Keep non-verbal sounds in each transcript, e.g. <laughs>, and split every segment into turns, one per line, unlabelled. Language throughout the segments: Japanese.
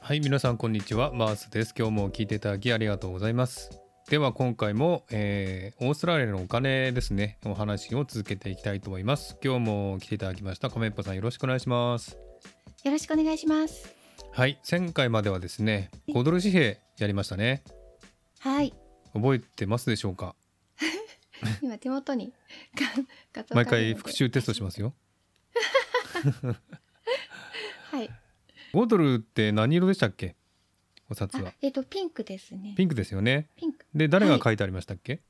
はい、皆さんこんにちは、マースです。今日も聞いていただきありがとうございます。では今回も、えーオーストラリアのお金ですね、お話を続けていきたいと思います。今日も来ていただきました、亀っぽさんよろしくお願いします。
よろしくお願いします。
はい、前回まではですね、5ドル紙幣やりましたね。
はい、
覚えてますでしょうか
<laughs> 今手元にか画像が
毎
あるので
回復。習テストしますよ。
はい。
5ドルって何色でしたっけお札
あ
は。、
えっ、とピンクですね。
ピンクですよね。
ピンク。
で、誰が書いてありましたっけ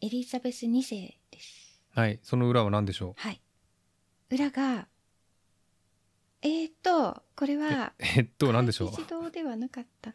エリザベス二世です。
はい、その裏は何でしょ
はい。裏がえっ、とこれは
<laughs> うえっと、何でしょう
国会議事堂ではなかった。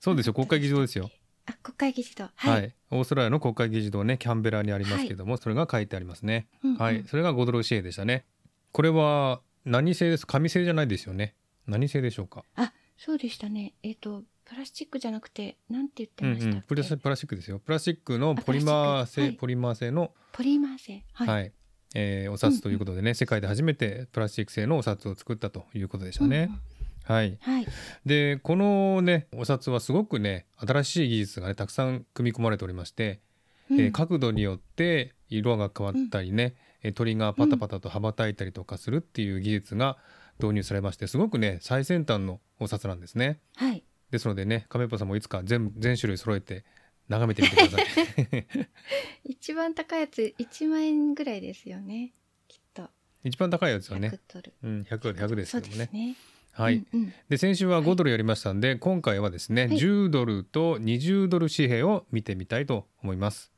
そうですよ、国会議事堂ですよ。
あ、国会議事堂。
は、
はいい。
オーストラリアの国会議事堂ねキャンベラにありますけども、それが書いてありますね、
うんうん
はいそれが5ドル紙幣でしたねこれは何製です紙製じゃないですよね何製でしょうか
あ、そうでしたね。えっ、とプラスチックじゃなくてなんて言って
うんう
ましたっけ？
んプラスプラスチックですよプラスチックの
あ
ポリマー製
プラスチックはい
ポリマー製の
ポリマー製。は。
はいい、えーお札ということでね、世界で初めてプラスチック製のお札を作ったということでした
う
ね
んうん。
はい。
はい。
で、このね、お札はすごくね、新しい技術がね、たくさん組み込まれておりまして、えー
うん
角度によって色が変わったりね、えー鳥がパタパタと羽ばたいたりとかするっていう技術が導入されましてすごくね最先端のお札なんですね
はい。
ですのでね亀っぽさんもいつか全全種類揃えて眺めてみてください
<laughs> 一番高いやつ1万円ぐらいですよねきっと
一番高いやつは
100
ね、
ドル、
うん、100, 100です
そう
け
で
ど
す
も
ね
ねはい、
うんうん
で先週は5ドルやりましたんで、今回はですね、
はい
10ドルと20ドル紙幣を見てみたいと思います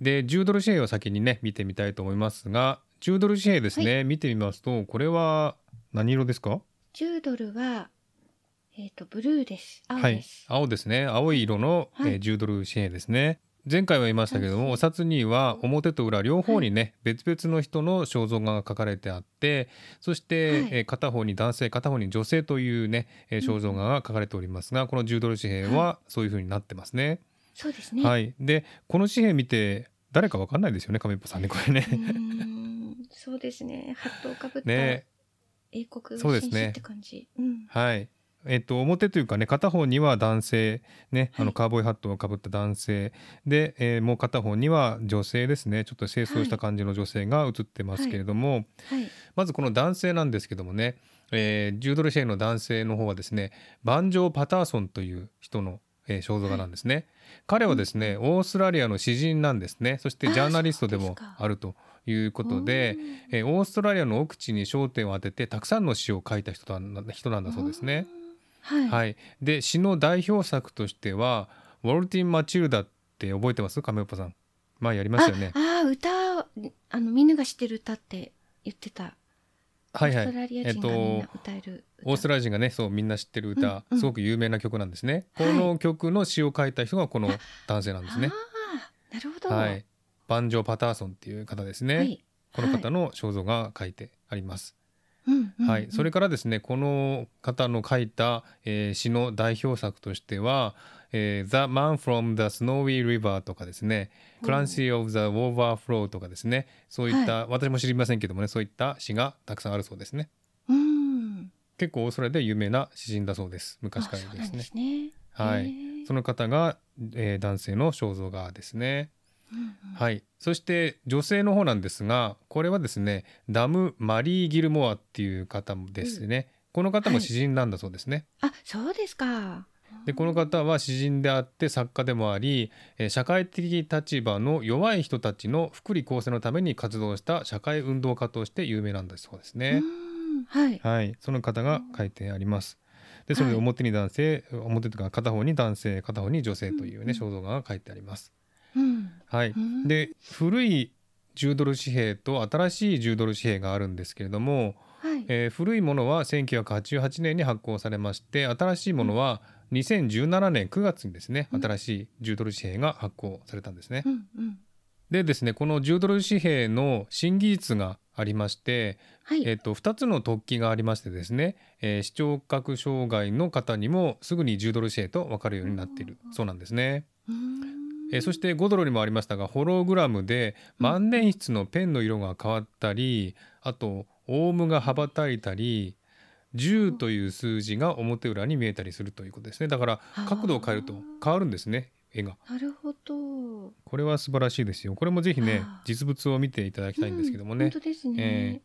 で10ドル紙幣を先にね見てみたいと思いますが10ドル紙幣ですね、見てみますとこれは何色ですか
10ドルはえっ、とブルーです青
は
で
い
す、
青ですね青い色の、
はい
えー10ドル紙幣ですね前回は言いましたけどもお札には表と裏両方にね、別々の人の肖像画が書かれてあってそして、
はい
えー片方に男性片方に女性というね、えー
うん
肖像画が書かれておりますが、この10ドル紙幣はそういう風になってますね。
そうですね、
はい、でこの紙幣見て誰かわかんないですよね亀っぽさんねこれ
うー
ね。
ん <laughs> そうですねハットをかぶった英
ね
国
そうです
紳士
ね
って感じ、うん
はい。えっと、表というかね片方には男性ね、あ
は
の
い
カーボーイハットをかぶった男性で、えーもう片方には女性ですねちょっと清掃した感じの女性が映ってますけれども、
はい
まずこの男性なんですけどもね、えー10ドルシェイの男性の方はですねバンジョー・パターソンという人の、えー肖像画なんですね、彼はですねオーストラリアの詩人なんですねそしてジャーナリストで
あーそ
も
うですか
あるということで
おー
えーオーストラリアの奥地に焦点を当ててたくさんの詩を書いた人なん人なんだそうですね。
あーはい、
はい、で詩の代表作としては「ウォルティン・マチルダ」って覚えてます亀岡さん。前やりましたよね。
ああー歌をあのみんなが知ってる歌って言ってた、
はいは
オースト
い。
ラリ
え
ア
っと
人がみんな歌える歌、
オーストラリア人がねそうみんな知ってる歌、
うんうん
すごく有名な曲なんですね。
はい
この曲の詩を書いた人がこの男性なんですね。
ああなるほど、
はい、バンジョー・パターソンっていう方ですね。
はい
この方の肖像が書いてあります。
うんうん
はい、
うん
それからですねこの方の書いた、えー詩の代表作としては「えー The Man from the Snowy River」とかですね「
うん
Clancy of the Overflow」とかですねそういった、私も知りませんけどもねそういった詩がたくさんあるそうですね
うん
結構オーストラリアで有名な詩人だそうです昔から
あ
ですね
そうなんですね。
はい
へー
その方が、えー男性の肖像画ですね
うんうん
はいそして女性の方なんですがこれはですねダム・マリー・ギルモアっていう方ですね、この方も詩人なんだそうですね、
あ、そうですか。
でこの方は詩人であって作家でもありえー社会的立場の弱い人たちの福利厚生のために活動した社会運動家として有名なんだそうです
う
ね。
ん、はい。
はい、その方が書いてあります。でそれで
はい
表に男性、表というか片方に男性片方に女性というね
うんう
肖像画が書いてあります。
うん。
はい、
うん、
で古い10ドル紙幣と新しい10ドル紙幣があるんですけれども、
はい。
えー古いものは1988年に発行されまして新しいものは2017年9月にですね
うん
新しい10ドル紙幣が発行されたんですね。
うんうん。
でですねこの10ドル紙幣の新技術がありまして、
はい。
えっと2つの突起がありましてですね、えー視聴覚障害の方にもすぐに10ドル紙幣と分かるようになっている
うん
そうなんですね。
うん
えーそして5ドルにもありましたがホログラムで万年筆のペンの色が変わったりあとオウムが羽ばたいたり10という数字が表裏に見えたりするということですねだから
あー
角度を変えると変わるんですね絵が
なるほど。
これは素晴らしいですよこれもぜひね
あー
実物を見ていただきたいんですけども
うん
ね
本当ですね。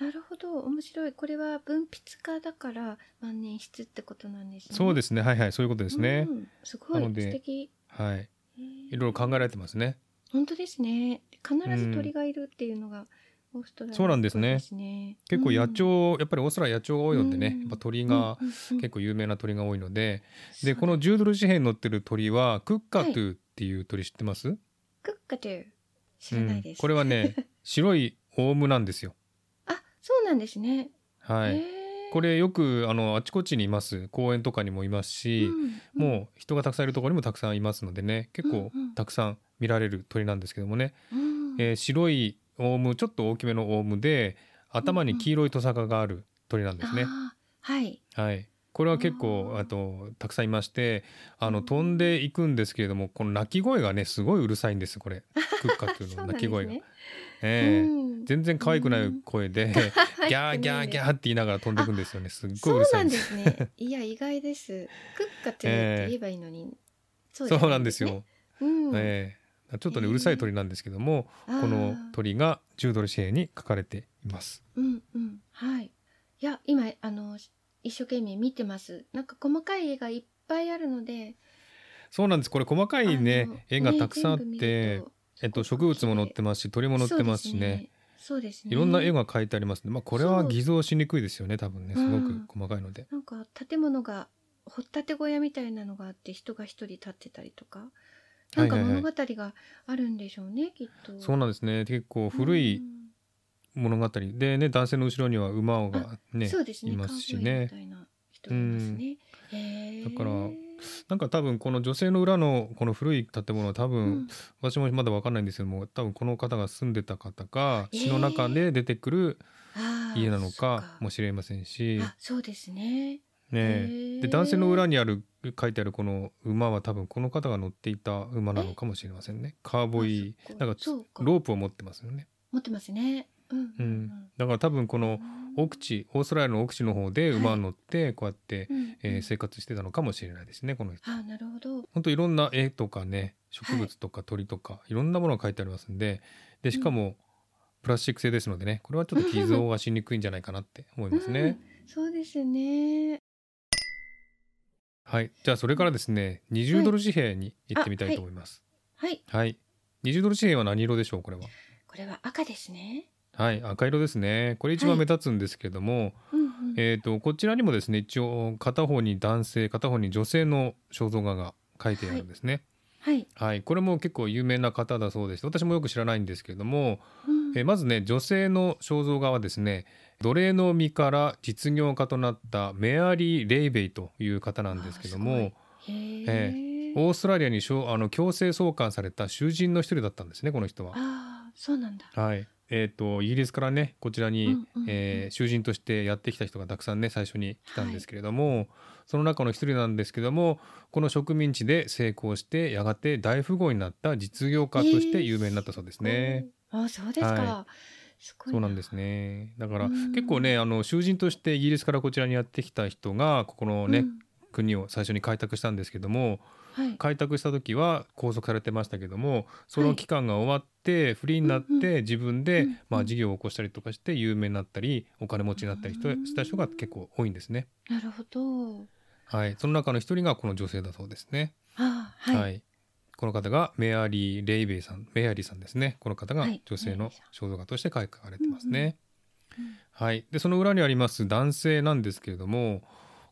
なるほど面白いこれは文筆家だから万年筆ってことなんですね。
そうですすねはいはいそういうことですね
すご
ないので
素敵。
はい
へー
いろいろ考えられてますね
本当ですね。必ず鳥がいるっていうのがオーストラリア
そうなんですね
っぽいね
結構野
うん
鳥やっぱりオーストラリア野鳥が多いのでね
うん
やっぱ鳥が
うんうんうん
結構有名な鳥が多いので
そう
でこの10ドル紙幣に乗ってる鳥はクッカトゥっていう鳥知ってます
クッカトゥ知らないです。
うんこれは
<laughs>
ね白いオウムなんですよ
あそうなんですね。
はい、
へー
これよくあのあちこちにいます公園とかにもいますし、
うん
もう人がたくさんいるところにもたくさんいますのでね結構
うんうん
たくさん見られる鳥なんですけどもね、
うん
えー白いオウムちょっと大きめのオウムで頭に黄色いトサカがある鳥なんですね。
あーはい。
はいこれは結構
あー
あとたくさんいましてあ
う
の
ん
飛んでいくんですけれどもこの鳴き声がねすごいうるさいんですこ
<laughs>
れクッカっていうの鳴き声が。
そうなんですね
ええ
うん
全然可愛くない声で <laughs> ギャーギャーギャーって言いながら飛んでいくんですよねすっごいうる
そう
さ
ないん
ん
で
です
すね。いや意外です。クッカトゥって言えばいい
<laughs>
のに。そじゃ
そうなんです
ね。
よ、
うん
ええちょっとね
へえ
うるさい鳥なんですけども、この
あー
鳥が10ドル紙幣に書かれています。
うんうんはい。いや今あの一生懸命見てます。なんか細かい絵がいっぱいあるので。
そうなんですこれ細かいね
あの
絵がたくさんあっ
ね
て、
全部
えっと、植物も載ってますし鳥も
見
載
ると
ってますしね。
そうですね。そうですね
いろんな絵が描いてありますね、まあ、これは
そう
偽造しにくいですよね多分ねすごく細かいので。
なんか建物が掘ったて小屋みたいなのがあって人が一人立ってたりとか。なんか
はいはいは
物
い
語があるんでしょうね、きっと。
そうなんですね結構古い物語でね男性の後ろには馬が
うん
ね
そうですね、
い
カ
ま
ウボ
すし
ーイみ
ね
たいな人がいますね。へー
だからなんか多分この女性の裏のこの古い建物は多
う
分、
ん
私もまだ分かんないんですけども多分この方が住んでた方か詩の中で出てくる
あー
家なの
そう
かもしれませんし、
あそうですね。
ねえで男性の裏にある書いてあるこの馬は多分この方が乗っていた馬なのかもしれませんねカーボーイ
あそっか
なんか
そうか
ロープを持ってますよね、
持ってますね。うん
う
うんん
だから多分こ
う
の
ん。
奥地オーストラリアの奥地の方で馬に乗ってこうやって、
うんうん
えー生活してたのかもしれないですねこの人
あなるほど。
本当いろんな絵とかね植物とか鳥とか、い、ろんなものが書いてありますんででしかもプラスチック製ですのでねこれはちょっと寄贈がしにくいんじゃないかなって思いますね。
うん。そうですね。
はいじゃあそれからですね20ドル紙幣に行ってみたいと思います。
はい、
はい、20ドル紙幣は何色でしょうこれは。
これは赤ですね。
はい赤色ですねこれ一番目立つんですけれども、
うんうん。
えー、とこちらにもですね一応片方に男性片方に女性の肖像画が書いてあるんですね。
はい。
はい、これも結構有名な方だそうでして私もよく知らないんですけれども、
うん
えーまずね女性の肖像画はですね奴隷の身から実業家となったメアリー・レイベイという方なんですけど
あー
も
へー
えオーストラリアにしょあの強制送還された囚人の一人だったんですねこの人は。
あーそうなんだ。
はいえー、とイギリスからねこちらに、
うんうんうん
えー囚人としてやってきた人がたくさんね最初に来たんですけれども、その中の一人なんですけどもこの植民地で成功してやがて大富豪になった実業家として有名になったそうですね。
うん。あそうですか。
は
すごい。
そうなんです。ね。だから
うん
結構ねあの囚人としてイギリスからこちらにやってきた人がここのね、
うん。
国を最初に開拓したんですけども
はい。
開拓した時は拘束されてましたけどもその期間が終わってフリーになっ
うんう
て自分で、
うんうん
まあ、事業を起こしたりとかして有名になったりお金持ちになったり人
うん
した人が結構多いんですね。
なるほど。
はい、その中の一人がこの女性だそうですね。
あー
はい、
はい。
この方がメアリー・レイベイさんメアリーさんですねこの方が
はい
女性の
メアリー
肖像画として書かれてますね。
うんうん
はい、でその裏にあります男性なんですけれども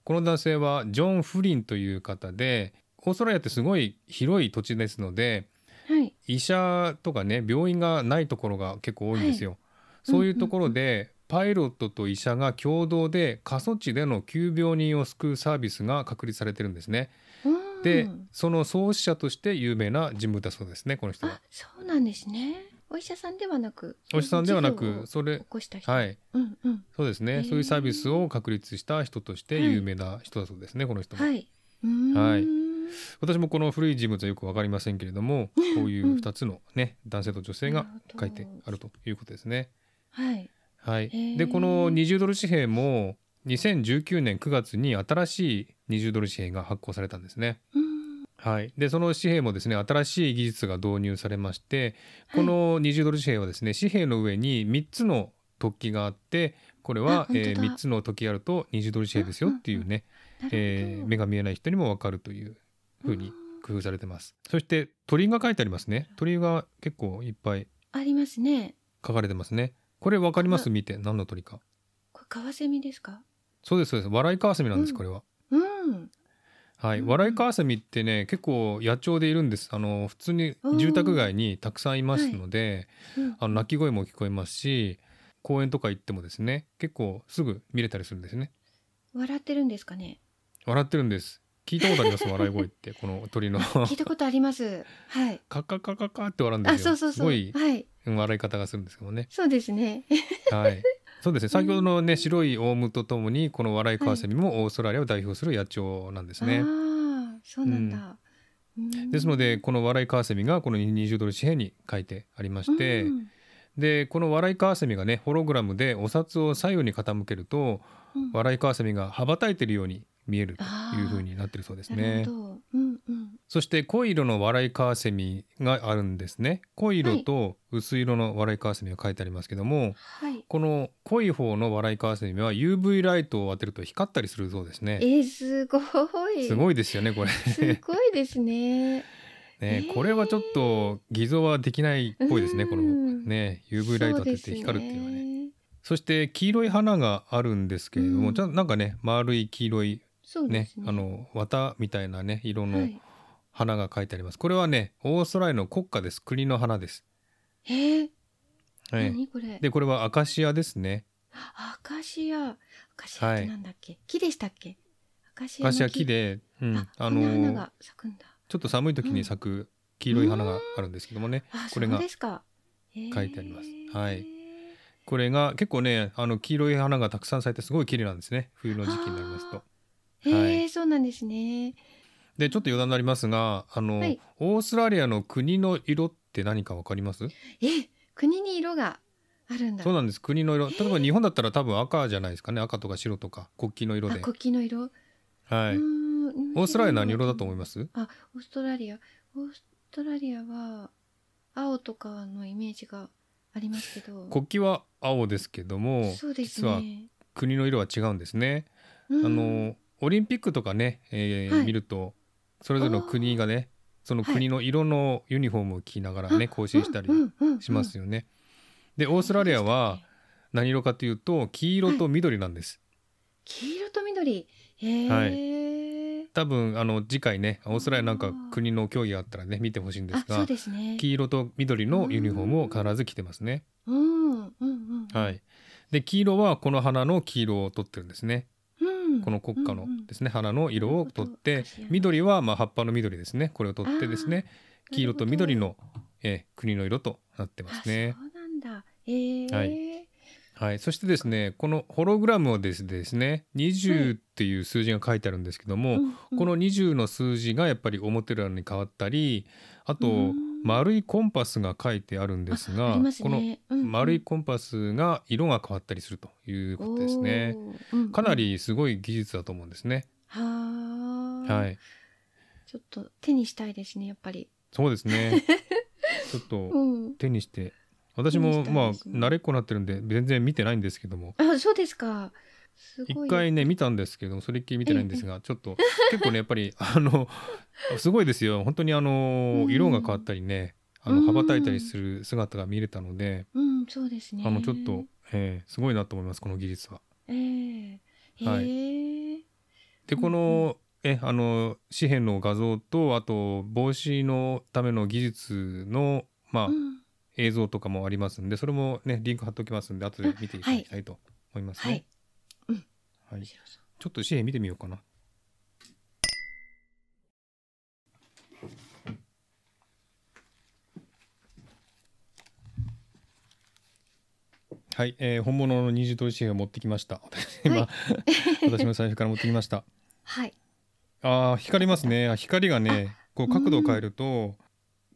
この男性はジョン・フリンという方でオーストラリアってすごい広い土地ですので
はい。
医者とかね病院がないところが結構多いんですよ。そういうところで、パイロットと医者が共同で過疎地での急病人を救うサービスが確立されてるんですね。
うん
で、その創始者として有名な人物だそうですねこの人は
あ。そうなんですね。お医者さんではなく、
お医者さんではなく
そ
そう
いう事業を
れ
起こした人。
はい
うんうん。
そうですね、
へー
そういうサービスを確立した人として有名な人だそうですね、この人も、
はい。うーん
はい私もこの古い人物はよくわかりませんけれどもこういう2つのね男性と女性が書いてあるということですね
はい。
はい
へー
でこの20ドル紙幣も2019年9月に新しい20ドル紙幣が発行されたんですね。
うん
はい、でその紙幣もですね新しい技術が導入されまして
は
こ
い
の20ドル紙幣はですね紙幣の上に3つの突起があってこれ
あ
は、
本当だ
え3つの突起があると20ドル紙幣ですよっていうね、
なるほど
えー目が見えない人にも分かるという風に工夫されてます。そして鳥が書いてありますね鳥が結構いっぱい
ありますね
書かれてますね。これ分かります見て何の鳥か。
これカワセミですか
そうですそうです笑いカワセミなんです
うん
これは。
うん
はい、
うん
笑いカワセミってね結構野鳥でいるんですあの普通に住宅街にたくさんいますので、
うん
あの鳴き声も聞こえますし公園とか行ってもですね結構すぐ見れたりするんですね
笑ってるんです
<laughs>
かね
笑ってるんです聞いたことあります笑い声ってこの鳥
<laughs>
の
聞いたことありますはい
カカカカカって笑うんですよ
あそうそう
す
そう
ごい
はい
うん笑い方がするんですけどね
そうですね
はいそうですね先ほどのね白いオウムとともにこの笑いカワセミもオーストラリアを代表する野鳥なんですね、
ああそうなんだ、うん
ですのでこの笑いカワセミがこの20ドル紙幣に書いてありまして、
うん
でこの笑いカワセミがねホログラムでお札を左右に傾けると
うん
笑いカワセミが羽ばたいてるように見えるという風になってるそうです
なる
ね
ほどうんうん
そして濃い色の笑いカワセミがあるんですね濃い色と薄い色の笑いカワセミが書いてありますけども、
はい
この濃い方の笑いカワセミは UV ライトを当てると光ったりするそうです
え
ね
ー、すごい
すごいですよねこれ
すごいですね
ね
えー
これはちょっと偽造はできないっぽいですねこの
うん
ね UV ライト当てて光るっていうのはねそして黄色い花があるんですけれども、
うん
ちゃんなんかね丸い黄色い
そうで
ね
すね
あの綿みたいなね色
は
の
い
花が書いてあります、これはねオーストラリアの国花です国の花です、
えー、
はい
何これ
でこれはアカシアですね
アカシアアカシアってなんだっけ、木でしたっけアカシ
ア
アの
カシア木で、うん、
あ
あ
あの
の
花が咲くんだ
ちょっと寒い時に咲く黄色い花があるんですけどもね、
あ
これが
そうですか書
書いてありますはいこれが結構ねあの黄色い花がたくさん咲いてすごい綺麗なんですね冬の時期になりますと
あ。へえ、
はい
そうなんですね
でちょっと余談になりますがあの、
はい
オーストラリアの国の色って何かわかります
え国に色があるんだ
そうなんです国の色例えば日本だったら多分赤じゃないですかね赤とか白とか国旗の色
あ
で、
国旗の色、
は
う
い、
ーん
オーストラリア何色だと思い
ます
ます
あオーストラリアオーストラリアは青とかのイメージがありますけど
国旗は青ですけども
そうです
実は
ね
国の色は違うんですね、
うん
あのオリンピックとかね、えー
はい
見るとそれぞれの国がねその国の色のユニフォームを着ながらね、行進したりしますよね、でオーストラリアは何色かというと黄色と緑なんです、
黄色と緑へえ、
は多分あの次回ねオーストラリアなん
あ
か
ー
国の競技があったらね見てほしいんです
あそ
が
うですね
黄色と緑のユニフォームを必ず着てますね。
うんうんうん、
はいい。で黄色はこの花の黄色を取ってるんですね。
うん、
この国花の
うんうん
ですね花の色を取って緑はまあ葉っぱの緑ですね。これを取ってですね黄色と緑の、えー国の色となってますね
あ。そうなんだへえ
ははい。そしてですねこのホログラムをですですね20っていう数字が書いてあるんですけども、
うんうん
この20の数字がやっぱり表裏に変わったりあ
う
と
ん
丸いコンパスが書いてあるんです
あ
が
ります
この
ねうんうん
丸いコンパスが色が変わったりするということですね。
おーうんうん
かなりすごい技術だと思うんですね。
はあ、
はい、
ちょっと手にしたいですねやっぱり
そうです
<laughs>
ね。ちょっ
う
と
ん
手にして、私
手
も
にしたい
まあ
ですね
慣れっこなってるんで全然見てないんですけども、
あそうですかすごい
一回ね見たんですけどもそれっきり見てないんですが、ちょっと結構ねやっぱりあのすごいですよ。本当にあの
うん
色が変わったりね、あ
う
の
ん
羽ばたいたりする姿が見れたので、
うんそうですね
あのちょっと、えーすごいなと思いますこの技術は。
ええ
はい
へえ
でこの、えあの紙幣の画像とあと防止のための技術のまあ、
うん
映像とかもありますんでそれもねリンク貼っておきますんで後で見ていただきたいと思います
はい
ね。
面
はい、
白そう
ちょっと紙幣見てみようかな。はい、えー本物の20ドル紙幣を持ってきました。今、
<laughs>
私も最初から持ってきました。
はい
あー光りますねあ光がねこう角度を変えると、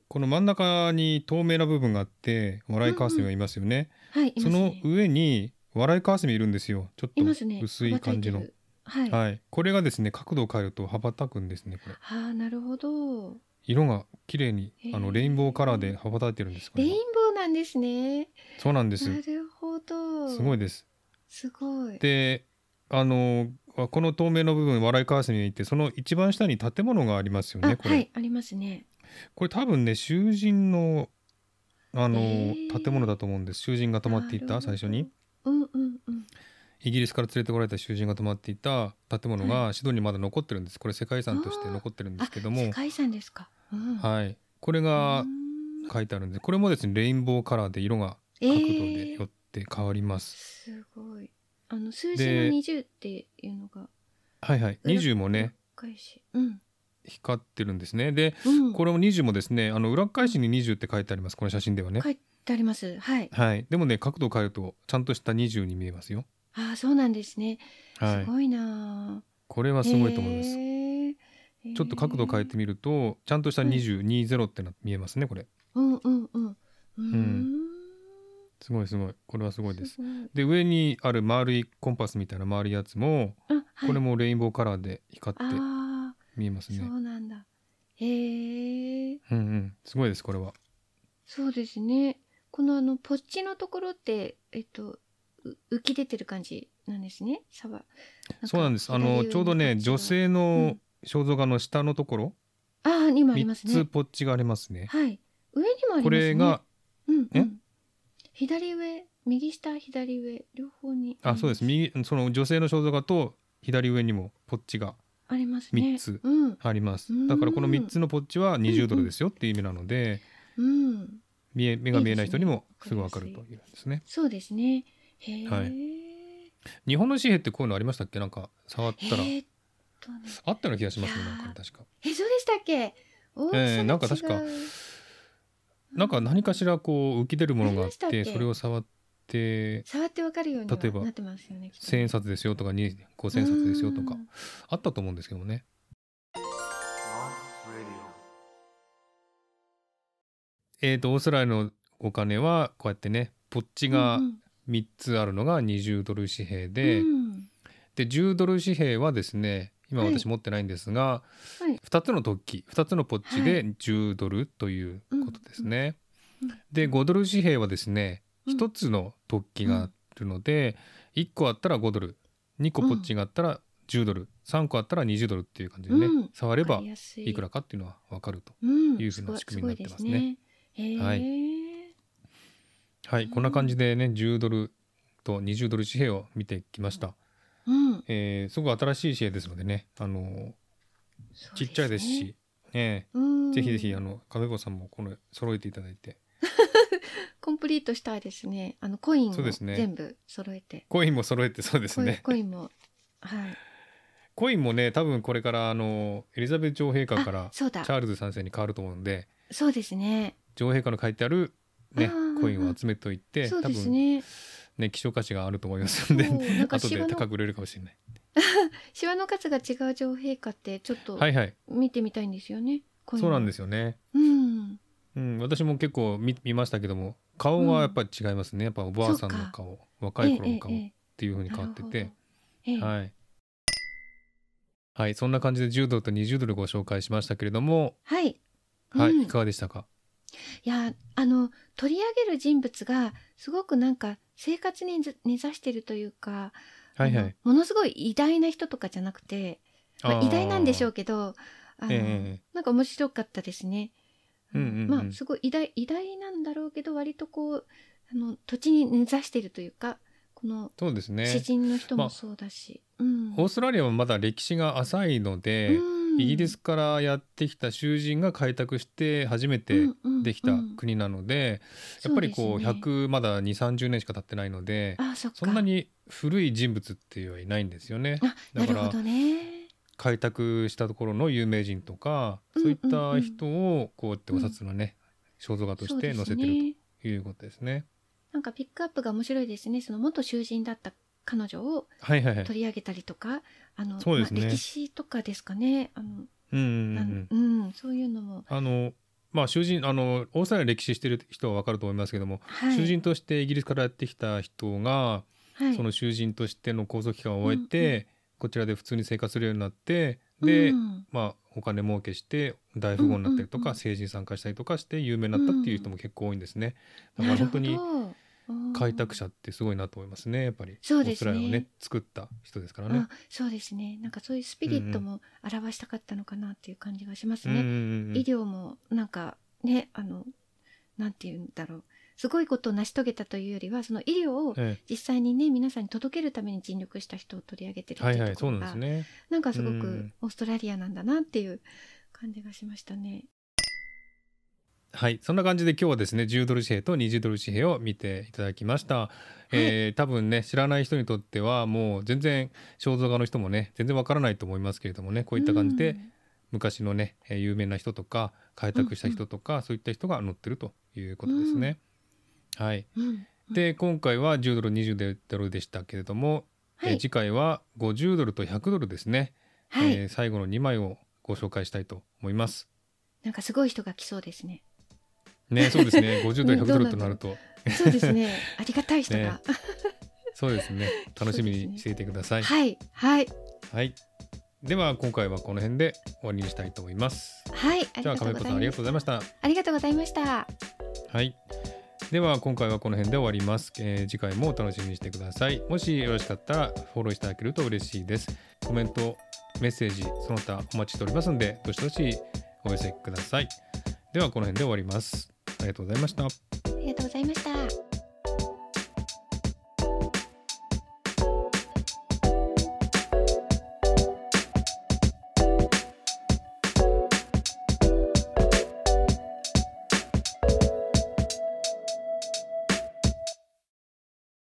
この真ん中に透明な部分があって笑いカーセミがいますよね、
はいいます
その
ね
上に笑いカワセミいるんですよちょっ
い
と
ますね
薄い感じの、
羽ばたいてるはい、
はいこれがですね角度を変えると羽ばたくんですねこれ
あーなるほど
色が綺麗に
へー
あのレインボーカラーで羽ばたいてるんですこ
レ
れ
イン
が
ボーなんですね
そうなんです
なるほど
すご
い
いです
すごい
であのあこの透明の部分笑いカワセミがいてその一番下に建物がありますよね
あ
これ、
はいありますね
これ多分ね囚人のあの、
へー
建物だと思うんです囚人が泊まってい
なる
た
ほど
最初に
うんうんうん
イギリスから連れてこられた囚人が泊まっていた建物がシドニーにまだ残ってるんですこれ世界遺産として残ってるんで
あ
すけども
世界遺産ですか、うん、
はいこれが書いてあるんでこれもですねレインボーカラーで色が角度でよ
えー
って変わります、
すごいあの数字の
で
20っていうのが
はいはい20もね
裏返しうん、
光ってるんですねで
うん、
これも20もですねあの裏返しに20って書いてありますこの写真ではね
書いてありますはい
はいでもね角度を変えるとちゃんとした20に見えますよ
ああそうなんですね、
はい
すごいな
これ
あ
はすごいと思います
す
ちょっと角度変えてみるとちゃんとした
うん
2020ってな見えますねこれ
うんうんうんうーん
すごいすごいこれはすごいです
すごい
で上にある丸いコンパスみたいな丸いやつも
あはい
これもレインボーカラーで光って
あ
見えます
ー
ね、
そうなんだへえ
うんうんすごいですこれは
そうですねこのあのポッチのところってえっとう浮き出てる感じなんですねサバ
そうなんですあのちょうどね女性
う
の
ん
肖像画の下のところ
ああーにもあり
3
ます
つ
ね
ポッチがありますね
はい上にもありますね
これが
うんう
え
ん、左上右下左上両方に
あそうです右その女性の肖像画と左上にもポッチが
ありますね
三つ
うん
あります
うん
だからこの3つのポッチは20ドルですよっていう意味なので
うん
見え目が見えない人にも
いいですね
すぐわかるというんですね
そうですねへえ、
はい日本の紙幣ってこういうのありましたっけなんか触っ
え
たら
ーっとね
あったような気がしますね
いやー
なんか確か
えそうでしたっけ大きさが違う、
えーなんか確かなんか何かしらこう浮き出るものがあって
ありましたっけ
それを触って
触ってわかるようには
例えば
なってますよねきっと
千円札ですよとかに五千円札ですよとか
うん
あったと思うんですけどもね
Moss Radio.
えーとオーストラリアのお金はこうやってねポッチが
うんうん
3つあるのが20ドル紙幣で、
うん
で10ドル紙幣はですね今
はい
私持ってないんですが、
はい
2つの突起2つのポッチで10ドルということですね。
うんうんうん
で5ドル紙幣はですね
うん
1つの突起があるので、1個あったら5ドル2個ポッチがあったら10ドル、3個あったら20ドルっていう感じでね、
うん
触れ
わ
ば
かりやす
いくらかっていうのは分かると。
うん
いうふうな仕組みになってますね
ごいごいですね
はい
へ
はい、
うん
こんな感じでね10ドルと20ドル紙幣を見てきました。
えうん
えーすごく新しい紙幣ですのでねあのー
そう
ちっちゃいですし、ええ
うん
ぜひぜひあの亀子さんもこの揃えていただいて
コンプリートしたいですねあのコインを
そうですね
全部揃えて
コインも揃えてそうです
コイン
ね
コインもはい
コインもね多分これからあのエリザベス女王陛下から
あそう
チ
だ
ャールズ3世に変わると思うんで
そうですね
女王陛下の書いてあるね
あー
コインを集めといて
そう
多
です
分
ね
ね希少価値があると思いますんで
そう
<laughs>
なんか
後で
芝の
高く売れるかもしれない
シワの数が違う女王陛下ってちょっと
はいはい
見てみたいんですよね、コイン
そうなんですすよね
うん
うん私も結構見見ましたけども顔はやっぱり違いますねやっぱおばあさん
そう
の
か
顔若い頃の顔っ
ええええ
ていう風に変わってて
ええ
はい。はい、そんな感じで10ドルと20ドルご紹介しましたけれども、
はい。
はい、
うん
いかがでしたか。
いやあの取り上げる人物がすごくなんか生活にず根ざしてるというか、
はいは
あの
い。
ものすごい偉大な人とかじゃなくて、まあ
あー
偉大なんでしょう。けどあの、
ええええ
なんか面白かったですね。
うんうんうん
まあすごい偉大偉大なんだろうけど割とこうあの土地に根ざしてるというかこの
そうですね
詩。人の人
まあ
もそうだし、うん
オーストラリアはまだ歴史が浅いので、
うん
イギリスからやってきた囚人が開拓して初めてできた国なので、やっぱりこう100まだ2、30年しか経ってないので、
あそっか
そんなに古い人物っていうのはいないんですよね。
あ
だか
なる
ら
ほどね。
開拓したところの有名人とか、
うん
そういった人をこうやってお札のね、肖像画として載せて
そうです
る
ね
ということですね。
なんかピックアップが面白いですね。その元囚人だった彼女を
はいはいはい。
取り上げたりとか、あの、
そうですね
まあ歴史とかですかね。あの、
うんうんう
なんん、うんそういうのも。
あのまあ囚人あのオーストラリア歴史してる人はわかると思いますけども、
はい。
囚人としてイギリスからやってきた人が
はい
その囚人としての拘束期間を終えて、
うんう
こちらで普通に生活するようになってで、
うん
まあお金儲けして大富豪になったりと
うんうん
か、
うん
政治に参加したりとかして有名になったっていう人も結構多いんですね。だから本当に
なるほどうん
開拓者ってすごいなと思いますねやっぱり
そうですね
オーストラリアをね作った人ですからね
あ。そうですねなんかそういうスピリット
うん
も表したかったのかなっていう感じがします
うんう
ね、
んうん
医療もなんかねあのなんて言うんだろうすごいことを成し遂げたというよりはその医療を
え
実際にね皆さんに届けるために尽力した人を取り上げてるっ
えは
て
い
い
は
う
い
と
そ
こ
う
ろ
なん
が
ですね。
なんかすご
う
く
ん
オーストラリアなんだなっていう感じがしましたね。
はいそんな感じで今日はですね10ドル紙幣と20ドル紙幣を見ていただきました、えー多分ね知らない人にとってはもう全然肖像画の人もね全然わからないと思いますけれどもねこういった感じで昔のねえー有名な人とか開拓した人とか、そういった人が載ってるということですね。はい、
うん、うん
で今回は10ドル20ドルでしたけれども、
は
えー
い、
次回は50ドルと100ドルですね、
はい
えー最後の2枚をご紹介したいと思います。
なんかすごい人が来そうですね。
ねそうです
<laughs>
ね50ドル
うん
100
ど
ド
う
ル
な
と
る
なると
そうで
<laughs>
すね。ありがたい人が。
そうです
<laughs>
ね楽しみにしていてください。
はい、はい、
はい、では今回はこの辺で終わりにしたいと思います。
はい、あり
じゃ
が
あ
とう
亀
ご
子さんありがとうござい
ざいます
ました。
ありがとうございました。
はい。では今回はこの辺で終わります、えー次回もお楽しみにしてください。もしよろしかったらフォローしていただけると嬉しいです。コメント、メッセージ、その他お待ちしておりますので、どしどしお寄せください。ではこの辺で終わります。ありがとうございました。
ありがとうございました。